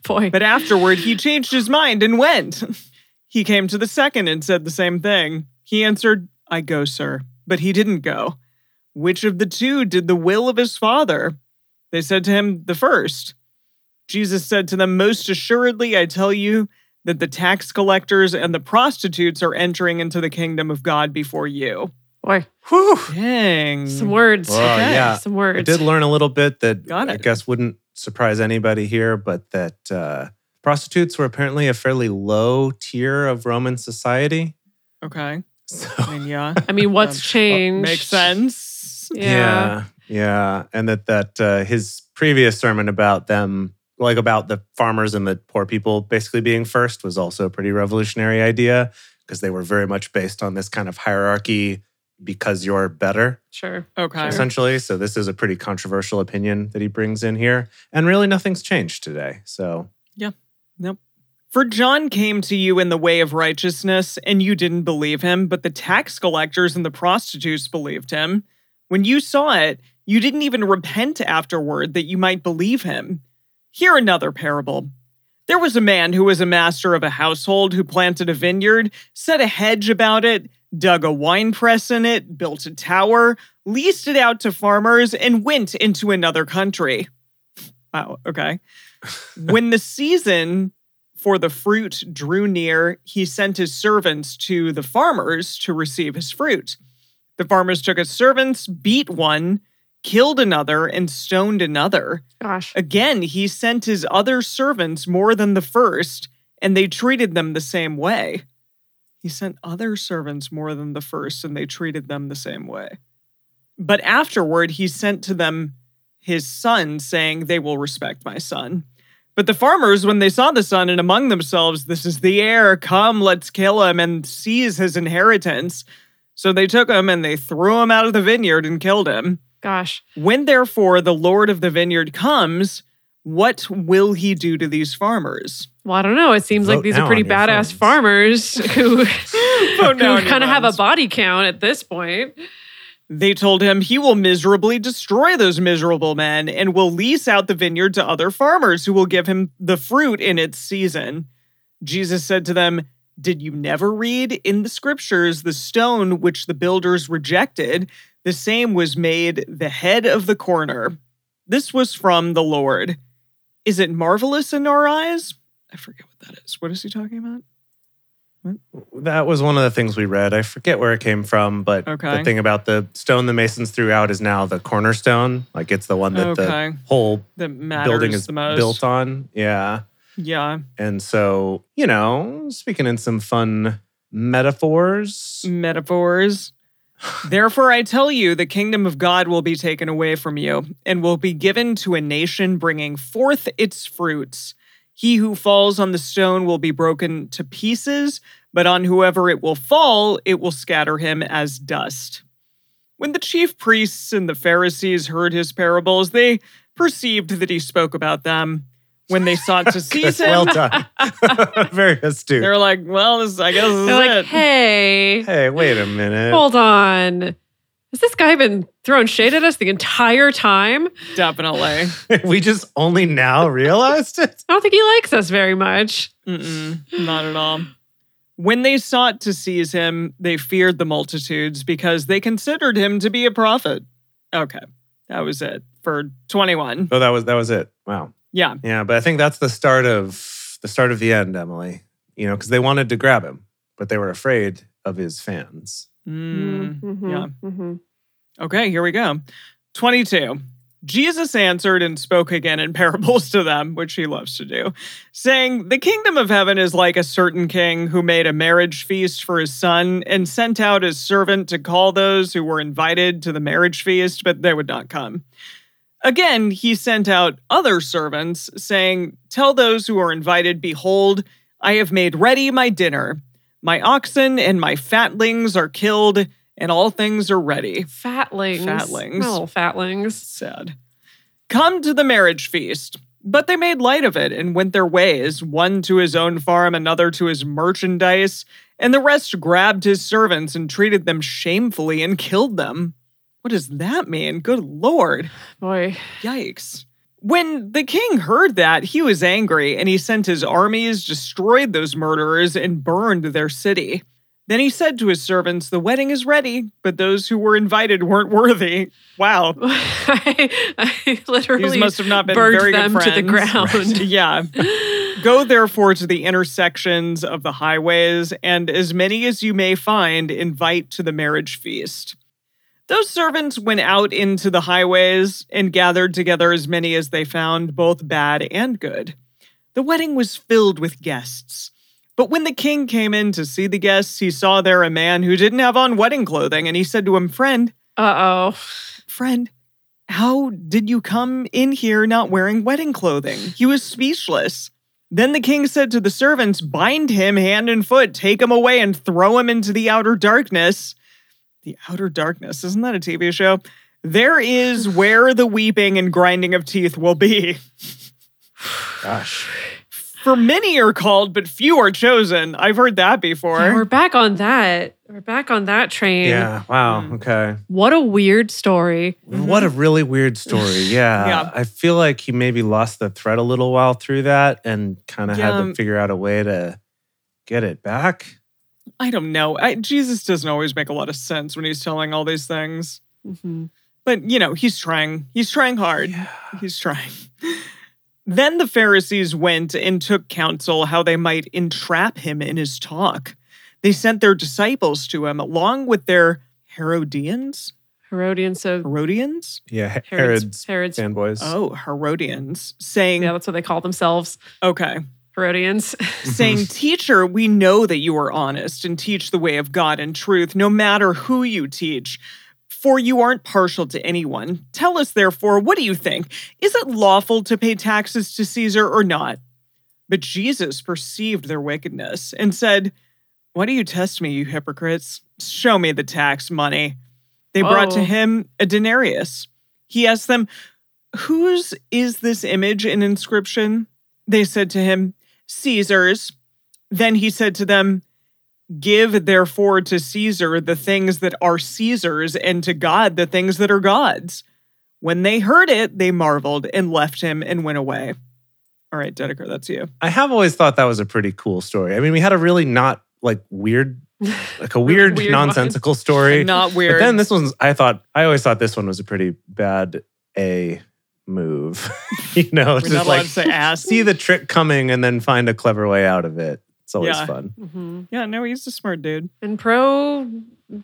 Boy. But afterward, he changed his mind and went. He came to the second and said the same thing. He answered, I go, sir. But he didn't go. Which of the two did the will of his father? They said to him, The first. Jesus said to them, Most assuredly, I tell you that the tax collectors and the prostitutes are entering into the kingdom of God before you. Boy. Whew. Dang. Some words. Wow, yeah. Some I words. did learn a little bit that Got I it. guess wouldn't surprise anybody here, but that uh, prostitutes were apparently a fairly low tier of Roman society. Okay. So I mean, yeah. I mean, what's Um, changed? Makes sense. Yeah. yeah, yeah. and that that uh, his previous sermon about them, like about the farmers and the poor people basically being first, was also a pretty revolutionary idea because they were very much based on this kind of hierarchy because you're better, Sure. Okay. Sure. essentially. So this is a pretty controversial opinion that he brings in here. And really nothing's changed today. So For John came to you in the way of righteousness, and you didn't believe him, but the tax collectors and the prostitutes believed him. When you saw it, you didn't even repent afterward that you might believe him. Hear another parable. There was a man who was a master of a household who planted a vineyard, set a hedge about it, dug a wine press in it, built a tower, leased it out to farmers, and went into another country. Wow, okay. when the season for the fruit drew near, he sent his servants to the farmers to receive his fruit. The farmers took his servants, beat one, killed another, and stoned another. Gosh. Again, he sent his other servants more than the first, and they treated them the same way. He sent other servants more than the first, and they treated them the same way. But afterward, he sent to them his son, saying, They will respect my son. But the farmers, when they saw the son and among themselves, This is the heir, come, let's kill him and seize his inheritance. So they took him and they threw him out of the vineyard and killed him. Gosh. When therefore the Lord of the vineyard comes, what will he do to these farmers? Well, I don't know. It seems like Vote these now are pretty on your badass phones. farmers who, who now on your kind of have a phones. body count at this point. They told him he will miserably destroy those miserable men and will lease out the vineyard to other farmers who will give him the fruit in its season. Jesus said to them, Did you never read in the scriptures the stone which the builders rejected? The same was made the head of the corner. This was from the Lord. Is it marvelous in our eyes? I forget what that is. What is he talking about? that was one of the things we read. I forget where it came from, but Okay. the thing about the stone the Masons threw out is now the cornerstone. Like it's the one that Okay. the whole That matters building is the most. built on. Yeah. Yeah. And so, you know, speaking in some fun metaphors, metaphors. Therefore, I tell you, the kingdom of God will be taken away from you and will be given to a nation bringing forth its fruits. He who falls on the stone will be broken to pieces, but on whoever it will fall, it will scatter him as dust. When the chief priests and the Pharisees heard his parables, they perceived that he spoke about them. When they sought to seize That's him, well done. Very astute. they're like, "Well, this, I guess this is They're like, it." hey, hey, wait a minute. hold on. Has this guy been throwing shade at us the entire time? I Definitely. we just only now realized it. don't think he likes us very much. Mm-mm, not at all. When they sought to seize him, they feared the multitudes because they considered him to be a prophet. Okay, that was it for 21. Oh, that was that was it. Wow. Yeah, Yeah, but I think that's the start of the start of the end, Emily. You know, because they wanted to grab him, but they were afraid of his fans. Mm, Mhm, yeah. mhm. Okay, here we go. 22. Jesus answered and spoke again in parables to them, which he loves to do, saying, The kingdom of heaven is like a certain king who made a marriage feast for his son and sent out his servant to call those who were invited to the marriage feast, but they would not come. Again, he sent out other servants, saying, Tell those who are invited, Behold, I have made ready my dinner. My oxen and my fatlings are killed, and all things are ready Fatlings. Fatlings. Oh, fatlings. sad. Come to the marriage feast. But they made light of it and went their ways, one to his own farm, another to his merchandise, and the rest grabbed his servants and treated them shamefully and killed them. What does that mean? Good lord. Boy. Yikes. When the king heard that, he was angry and he sent his armies, destroyed those murderers, and burned their city. Then he said to his servants, The wedding is ready, but those who were invited weren't worthy. Wow. I, I literally These must have not been burned very them good to the friends. ground. yeah. Go therefore to the intersections of the highways, and as many as you may find, invite to the marriage feast. Those servants went out into the highways and gathered together as many as they found, both bad and good. The wedding was filled with guests. But when the king came in to see the guests, he saw there a man who didn't have on wedding clothing, and he said to him, Friend, Uh oh. Friend, how did you come in here not wearing wedding clothing? He was speechless. Then the king said to the servants, Bind him hand and foot, take him away, and throw him into the outer darkness. The Outer Darkness. Isn't that a TV show? There is where the weeping and grinding of teeth will be. Gosh. For many are called, but few are chosen. I've heard that Yeah, we're before. back on that. We're back on that train. Yeah. Wow. Mm. Okay. What a weird story. Mm-hmm. What a really weird story. Yeah. Yeah. I feel like he maybe lost the thread a little while through that and kind of had Yeah. to figure out a way to get it back. I don't know. I, Jesus doesn't always make a lot of sense when he's telling all these things. Mhm. But, you know, he's trying. He's trying hard. Yeah. He's trying. Then the Pharisees went and took counsel how they might entrap him in his talk. They sent their disciples to him along with their Herodians. Herodian. So Herodians? Yeah. Herod's. Herod's, Herod's. fanboys. Oh, Herodians, saying, Yeah, that's what they call themselves. okay, Herodians. saying, Teacher, we know that you are honest and teach the way of God and truth, no matter who you teach, for you aren't partial to anyone. Tell us, therefore, what do you think? Is it lawful to pay taxes to Caesar or not? But Jesus perceived their wickedness and said, Why do you test me, you hypocrites? Show me the tax money. They brought to Whoa. him a denarius. He asked them, Whose is this image and inscription? They said to him, Caesar's. Then he said to them, Give therefore to Caesar the things that are Caesar's, and to God the things that are God's. When they heard it, they marveled and left him and went away. All right, Dedeker, that's you. I have always thought that was a pretty cool story. I mean, we had a really not like weird, like a weird, Weird one. nonsensical story. Not But weird. then this one's, I thought, I always thought this one was a pretty bad A move. you know, We're not just allowed like to say ass. see the trick coming and then find a clever way out of it. It's always Yeah. fun. hmm Yeah, no, he's a smart dude. And pro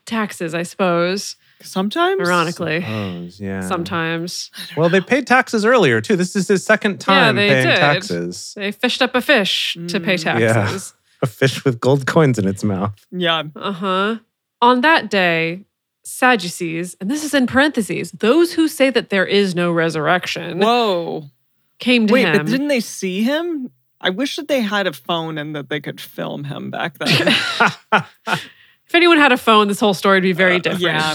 taxes, I suppose, Sometimes. ironically, Oh, yeah. sometimes. Well, they paid taxes earlier too. This is his second time they paying did. taxes. They fished up a fish to pay Mm. Yeah. taxes. A fish with gold coins in its mouth. Yeah. Uh huh. On that day, Sadducees, and this is in parentheses, those who say that there is no resurrection Whoa. came to Wait, him. but didn't they see him? I wish that they had a phone and that they could film him back then. if anyone had a phone, this whole story would be very different. Uh, yeah.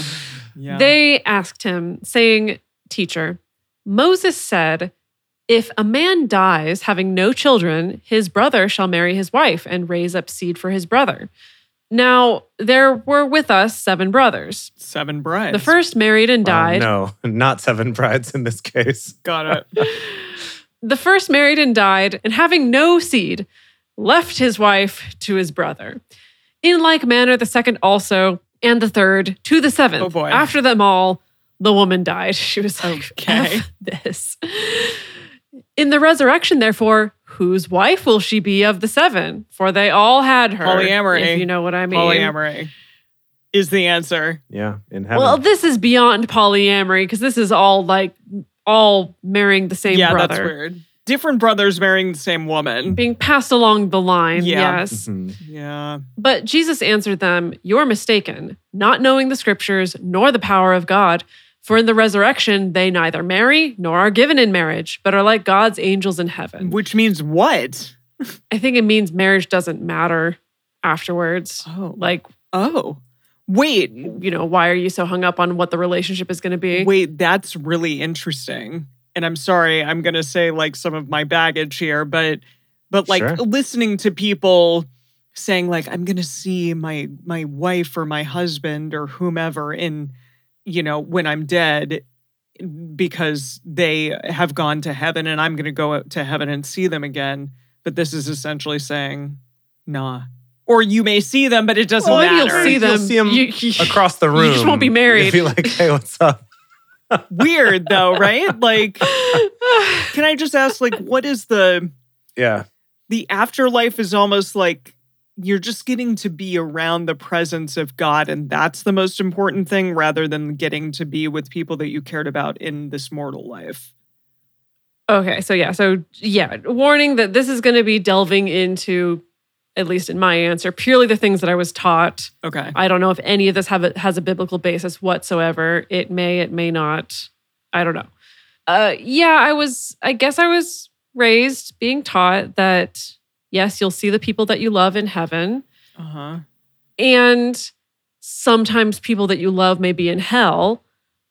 Yeah. They asked him, saying, Teacher, Moses said, if a man dies having no children, his brother shall marry his wife and raise up seed for his brother. Now, there were with us seven brothers. Seven brides. The first married and Well, died. no, not seven brides in this case. Got it. The first married and died, and having no seed, left his wife to his brother. In like manner, the second also, and the third to the seventh. Oh, boy. After them all, the woman died. She was like, Okay. "F this. In the resurrection, therefore, whose wife will she be of the seven? For they all had her. Polyamory. If you know what I mean. Polyamory is the answer. Yeah, in heaven. Well, this is beyond polyamory because this is all like all marrying the same yeah, brother. that's weird. Different brothers marrying the same woman. being passed along the line. Yeah. Yes. Mhm. Yeah. But Jesus answered them, You're mistaken, not knowing the scriptures nor the power of God. For in the resurrection, they neither marry nor are given in marriage, but are like God's angels in heaven. Which means what? I think it means marriage doesn't matter afterwards. Oh. Like, Oh. Wait. you know, why are you so hung up on what the relationship is going to be? Wait, that's really interesting. And I'm sorry, I'm going to say like some of my baggage here, but but like Sure. listening to people saying like I'm going to see my my wife or my husband or whomever in you know when I'm dead because they have gone to heaven and I'm going to go to heaven and see them again, but this is essentially saying nah. Or you may see them, but it doesn't Well, matter. you'll see them. You'll see 'em You- Across the room. You just won't be married. You'd be like, hey, what's up? Weird though, right? Like, can I just ask, like, what is the Yeah. the afterlife is almost like you're just getting to be around the presence of God, and that's the most important thing rather than getting to be with people that you cared about in this mortal life. Okay, so yeah, so yeah, warning that this is going to be delving into, at least in my answer, purely the things that I was taught. Okay. I don't know if any of this have a, has a biblical basis whatsoever. It may, it may not. I don't know. Uh, yeah, I was. I guess I was raised being taught that Uh-huh. yes, you'll see the people that you love in heaven, Uh huh. and sometimes people that you love may be in hell,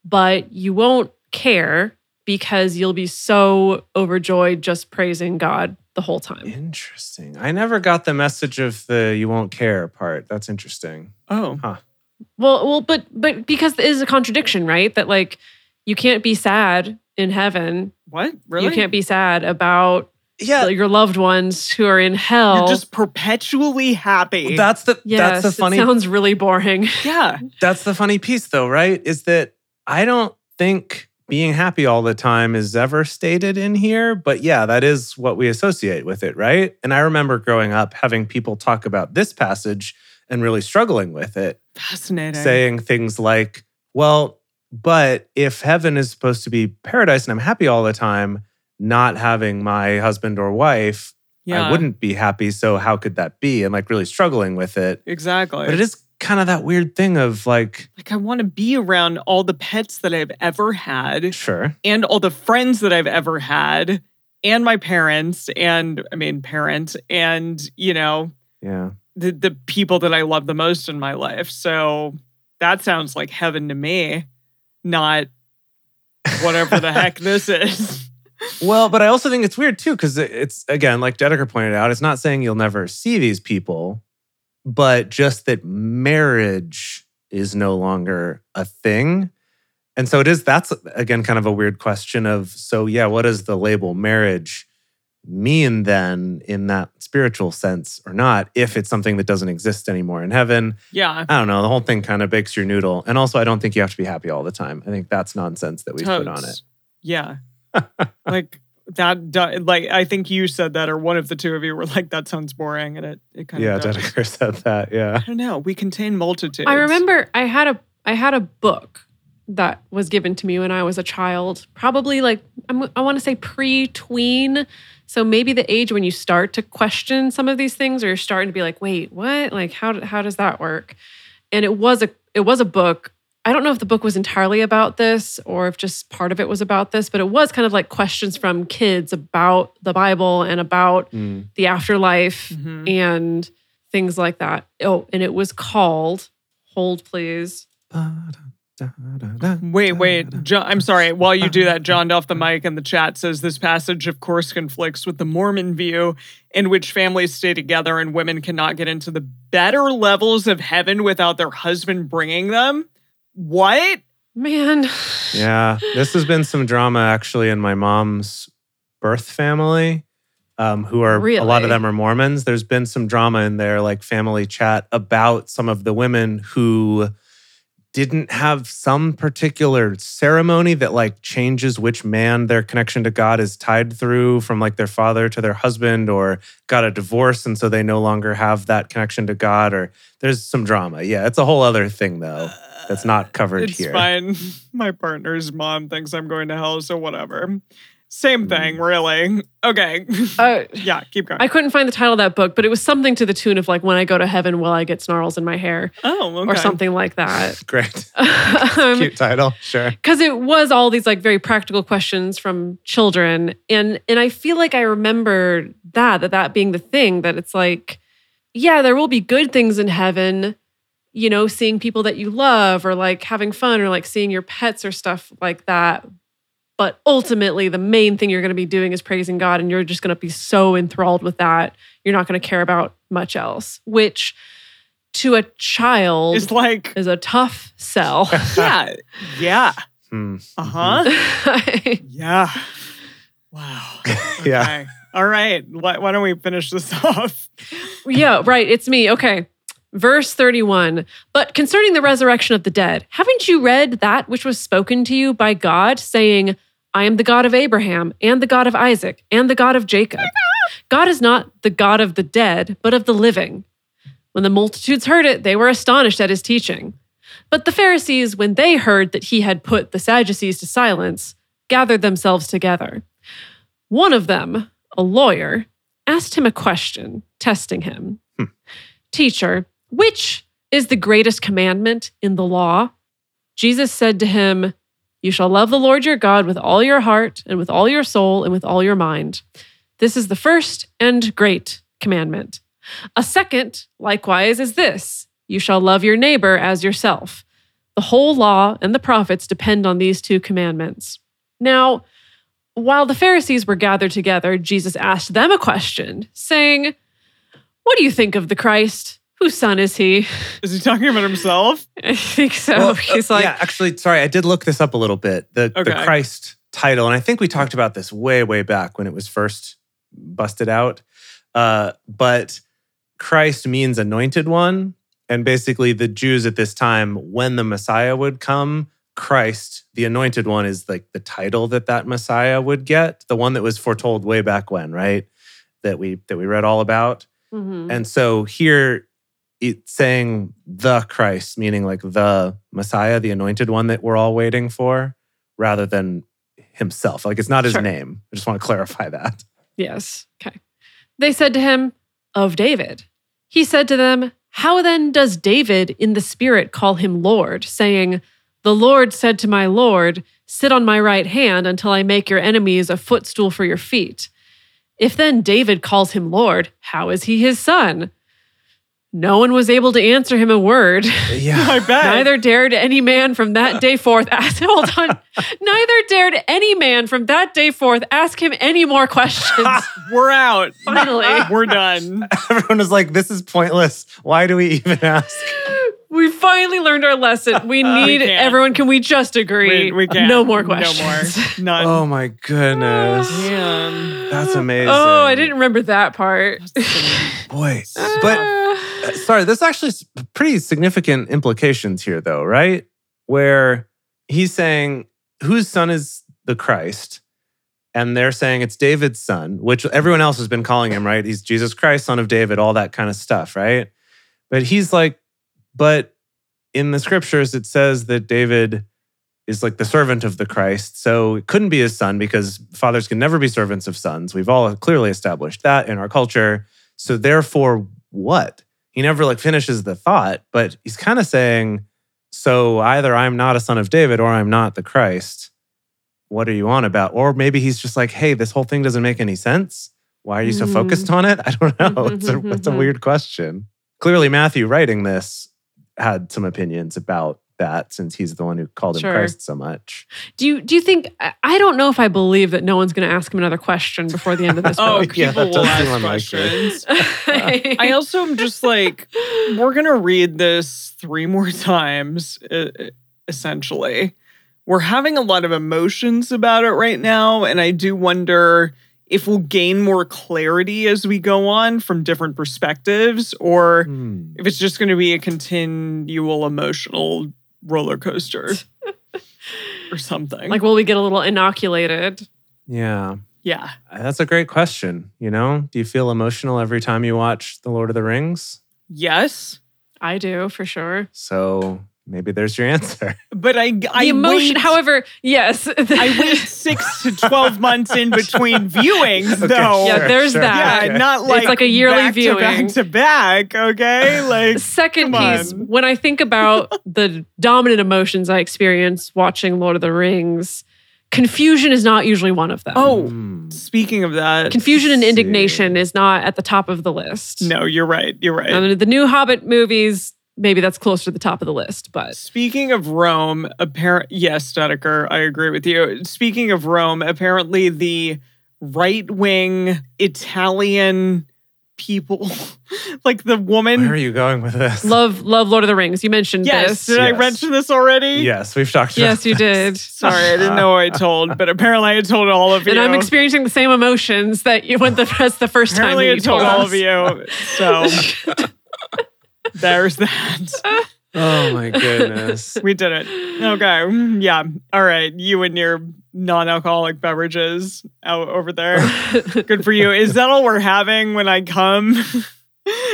but you won't care because you'll be so overjoyed just praising God the whole time. Interesting. I never got the message of the you won't care part. That's interesting. Oh. Well, well, but but because it is a contradiction, right? That like you can't be sad in heaven. What? Really? You can't be sad about Yeah. your loved ones who are in hell. You're just perpetually happy. That's the yes, that's the funny it sounds really boring. yeah. that's the funny piece though, right? Is that I don't think being happy all the time is ever stated in here, but yeah, that is what we associate with it, right? And I remember growing up having people talk about this passage and really struggling with it, Fascinating. saying things like, well, but if heaven is supposed to be paradise and I'm happy all the time, not having my husband or wife, yeah. I wouldn't be happy. So how could that be? And like really struggling with it. Exactly. But it is kind of that weird thing of like, like I want to be around all the pets that I've ever had sure. and all the friends that I've ever had and my parents and I mean parents and you know Yeah. the the people that I love the most in my life. So that sounds like heaven to me, not whatever the heck this is. Well, but I also think it's weird too, because it's again, like Dedeker pointed out, it's not saying you'll never see these people, but just that marriage is no longer a thing. And so it is, that's again kind of a weird question of so, yeah, what does the label marriage mean then in that spiritual sense or not, if it's something that doesn't exist anymore in heaven? Yeah. I don't know. The whole thing kind of bakes your noodle. And also, I don't think you have to be happy all the time. I think that's nonsense that we put on Totes. it. Yeah. like that do- like I think you said that or one of the two of you were like that sounds boring and it it kind Yeah, of does. Dedeker said that. Yeah. I don't know. We contain multitudes. I remember I had a I had a book that was given to me when I was a child, probably like I'm, I want to say pre-tween, so maybe the age when you start to question some of these things, or you're starting to be like, wait, what? Like how d- how does that work? And it was a it was a book. I don't know if the book was entirely about this or if just part of it was about this, but it was kind of like questions from kids about the Bible and about Mm. the afterlife Mhm. and things like that. Oh, and it was called Hold Please. Oh, Wait, wait. Jo- I'm sorry. While you do that, John off the mic in the chat says this passage, of course, conflicts with the Mormon view in which families stay together and women cannot get into the better levels of heaven without their husband bringing them. What? Man. Yeah, this has been some drama actually in my mom's birth family, um, who are a lot Really? of them are Mormons. There's been some drama in their like family chat about some of the women who didn't have some particular ceremony that like changes which man their connection to God is tied through from like their father to their husband or got a divorce and so they no longer have that connection to God or there's some drama. Yeah, it's a whole other thing though that's not covered It's here. fine. My partner's mom thinks I'm going to hell, so whatever. Same thing, really. Okay. Uh, yeah, keep going. I couldn't find the title of that book, but it was something to the tune of like when I go to heaven will I get snarls in my hair oh, okay. or something like that. Great. Um, Cute title, sure. because it was all these like very practical questions from children and and i feel like i remember that that that being the thing that it's like yeah there will be good things in heaven you know seeing people that you love or like having fun or like seeing your pets or stuff like that but ultimately the main thing you're going to be doing is praising god and you're just going to be so enthralled with that you're not going to care about much else which to a child It's like, is a tough sell yeah, yeah. Hmm. Uh huh. Yeah. Wow. Yeah. Okay. All right. Why, why don't we finish this off? Yeah, right. It's me. Okay. Verse 31. But concerning the resurrection of the dead, haven't you read that which was spoken to you by God, saying, I am the God of Abraham, and the God of Isaac, and the God of Jacob? God is not the God of the dead, but of the living. When the multitudes heard it, they were astonished at his teaching. But the Pharisees, when they heard that he had put the Sadducees to silence, gathered themselves together. One of them, a lawyer, asked him a question, testing him Teacher, which is the greatest commandment in the law? Jesus said to him, You shall love the Lord your God with all your heart, and with all your soul, and with all your mind. This is the first and great commandment. A second, likewise, is this You shall love your neighbor as yourself. The whole law and the prophets depend on these two commandments. Now, while the Pharisees were gathered together, Jesus asked them a question, saying, What do you think of the Christ? Whose son is he? Is he talking about himself? I think so. Well, He's uh, like, yeah, actually, sorry, I did look this up a little bit. The, Okay. the Christ title, and I think we talked about this way, way back when it was first busted out. Uh, but Christ means anointed one. And basically, the Jews at this time, when the Messiah would come, Christ, the anointed one, is like the title that that Messiah would get, the one that was foretold way back when, right? That we that we read all about. Mhm. And so here it's saying the Christ, meaning like the Messiah, the anointed one that we're all waiting for, rather than himself. Like it's not his Sure. name. I just want to clarify that. Yes. Okay. They said to him, Of David. He said to them, How then does David in the Spirit call him Lord, saying, The Lord said to my Lord, Sit on my right hand until I make your enemies a footstool for your feet? If then David calls him Lord, how is he his son? No one was able to answer him a word. Yeah. I bet. Neither dared any man from that day forth ask. Hold on. Neither dared any man from that day forth ask him any more questions. We're out. Finally. We're done. Everyone was like, this is pointless. Why do we even ask? We finally learned our lesson. We need can't. everyone. Can we just agree? We, we can't. No more questions. No more. None. Oh my goodness. Man. That's amazing. Oh, I didn't remember that part. Boy. But uh, sorry, there's actually s- pretty significant implications here, though, right? Where he's saying, whose son is the Christ? And they're saying it's David's son, which everyone else has been calling him, right? He's Jesus Christ, son of David, all that kind of stuff, right? But he's like, but in the scriptures, it says that David is like the servant of the Christ. So it couldn't be his son because fathers can never be servants of sons. We've all clearly established that in our culture. So therefore, what? He never like finishes the thought, but he's kind of saying, so either I'm not a son of David or I'm not the Christ. What are you on about? Or maybe he's just like, hey, this whole thing doesn't make any sense. Why are you so Mhm. focused on it? I don't know. Mhm, It's a, mhm, it's a mhm. weird question. Clearly, Matthew writing this had some opinions about that since he's the one who called him Sure. Christ so much. Do you do you think? I- I don't know if I believe that no one's going to ask him another question before the end of this Oh, book. people Yeah, that will does seem ask unlikely. questions. I also am just like, we're going to read this three more times, e- e- essentially. We're having a lot of emotions about it right now. And I do wonder if we'll gain more clarity as we go on from different perspectives or Hmm. if it's just going to be a continual emotional roller coaster or something. like, will we get a little inoculated? Yeah. yeah. Uh, That's a great question. You know, do you feel emotional every time you watch The Lord of the Rings? Yes. I do for sure. So maybe there's your answer. But I, The I emotion, wait- however, yes. I wait six to 12 months in between viewings, Okay, though. Yeah, Sure, there's sure. that. Yeah, Okay. not like like a yearly back viewing. to back to back. Okay, like Second Come piece, on. when I think about the dominant emotions I experience watching Lord of the Rings, confusion is not usually one of them. oh, Hmm. speaking of that, confusion and see. indignation is not at the top of the list. no, you're right. You're right. I mean, the new Hobbit movies, maybe that's close to the top of the list, but Speaking of Rome, apparent yes, Dedeker, I agree with you. Speaking of Rome, apparently the right wing Italian people, like the Where are woman. you going with this? love, love Lord of the Rings. You mentioned Yes, this. did I Yes. mention this already? Yes, we've talked about Yes, you did. Sorry, I didn't know I told, but apparently I told all of you. And I'm experiencing the same emotions that you went the that's the first time. Apparently, that I you told all us. of you. So there's that. Oh my goodness. We did it. Okay. mm, Yeah. All right. You and your non-alcoholic beverages out over there. Good for you. Is that all we're having when I come?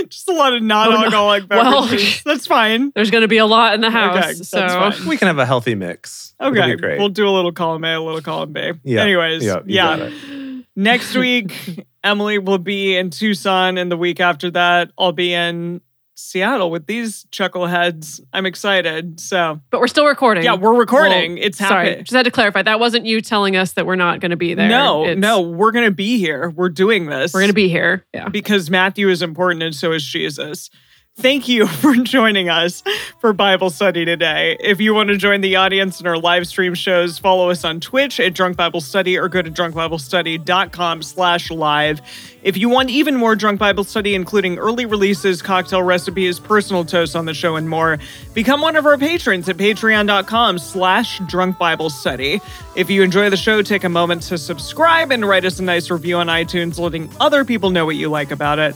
Just a Oh, lot of non-alcoholic Well- beverages. That's fine. There's going to be a lot in the house. Okay, that's so fine. we can have a healthy mix. It'll Okay. be great. We'll do a little column A, a little column B. Yeah, Anyways, yeah, you yeah. got it. Next week, Emily will be in Tucson, and the week after that, I'll be in Seattle with these chuckleheads. I'm excited. So, But we're still recording. yeah, we're recording. it's Sorry, happening. just had to clarify. That wasn't you telling us that we're not going to be there. No, It's- no, we're going to be here. We're doing this. we're going to be here. Yeah, Because Matthew is important, and so is Jesus. Thank you for joining us for Bible study today. If you want to join the audience in our live stream shows, follow us on Twitch at Drunk Bible Study or go to drunkbiblestudy.com slash live. If you want even more Drunk Bible Study, including early releases, cocktail recipes, personal toasts on the show, and more, become one of our patrons at patreon.com slash drunk Bible Study. If you enjoy the show, take a moment to subscribe and write us a nice review on iTunes, letting other people know what you like about it.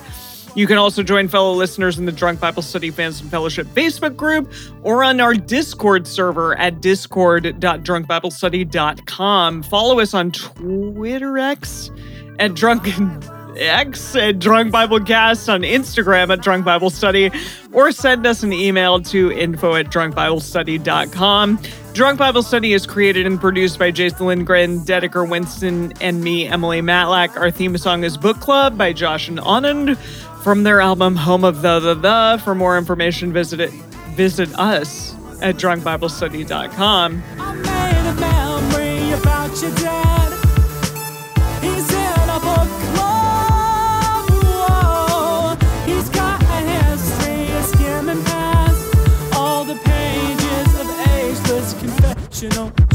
You can also join fellow listeners in the Drunk Bible Study Fans and Fellowship Facebook group or on our Discord server at discord.drunkbiblestudy.com. Follow us on Twitter X at drunk X at Drunk Bible Cast on Instagram at Drunk Bible Study, or send us an email to info at drunkbiblestudy.com. Drunk Bible Study is created and produced by Jason Lindgren, Dedeker Winston, and me, Emily Matlack. Our theme song is Book Club by Josh and Anand from their album Home of the The The. For more information, visit it, visit us at drunkbiblestudy.com. I made a memory about your dad. He's in a book club. Whoa. He's got a history of skimming past all the pages of ageless confessional.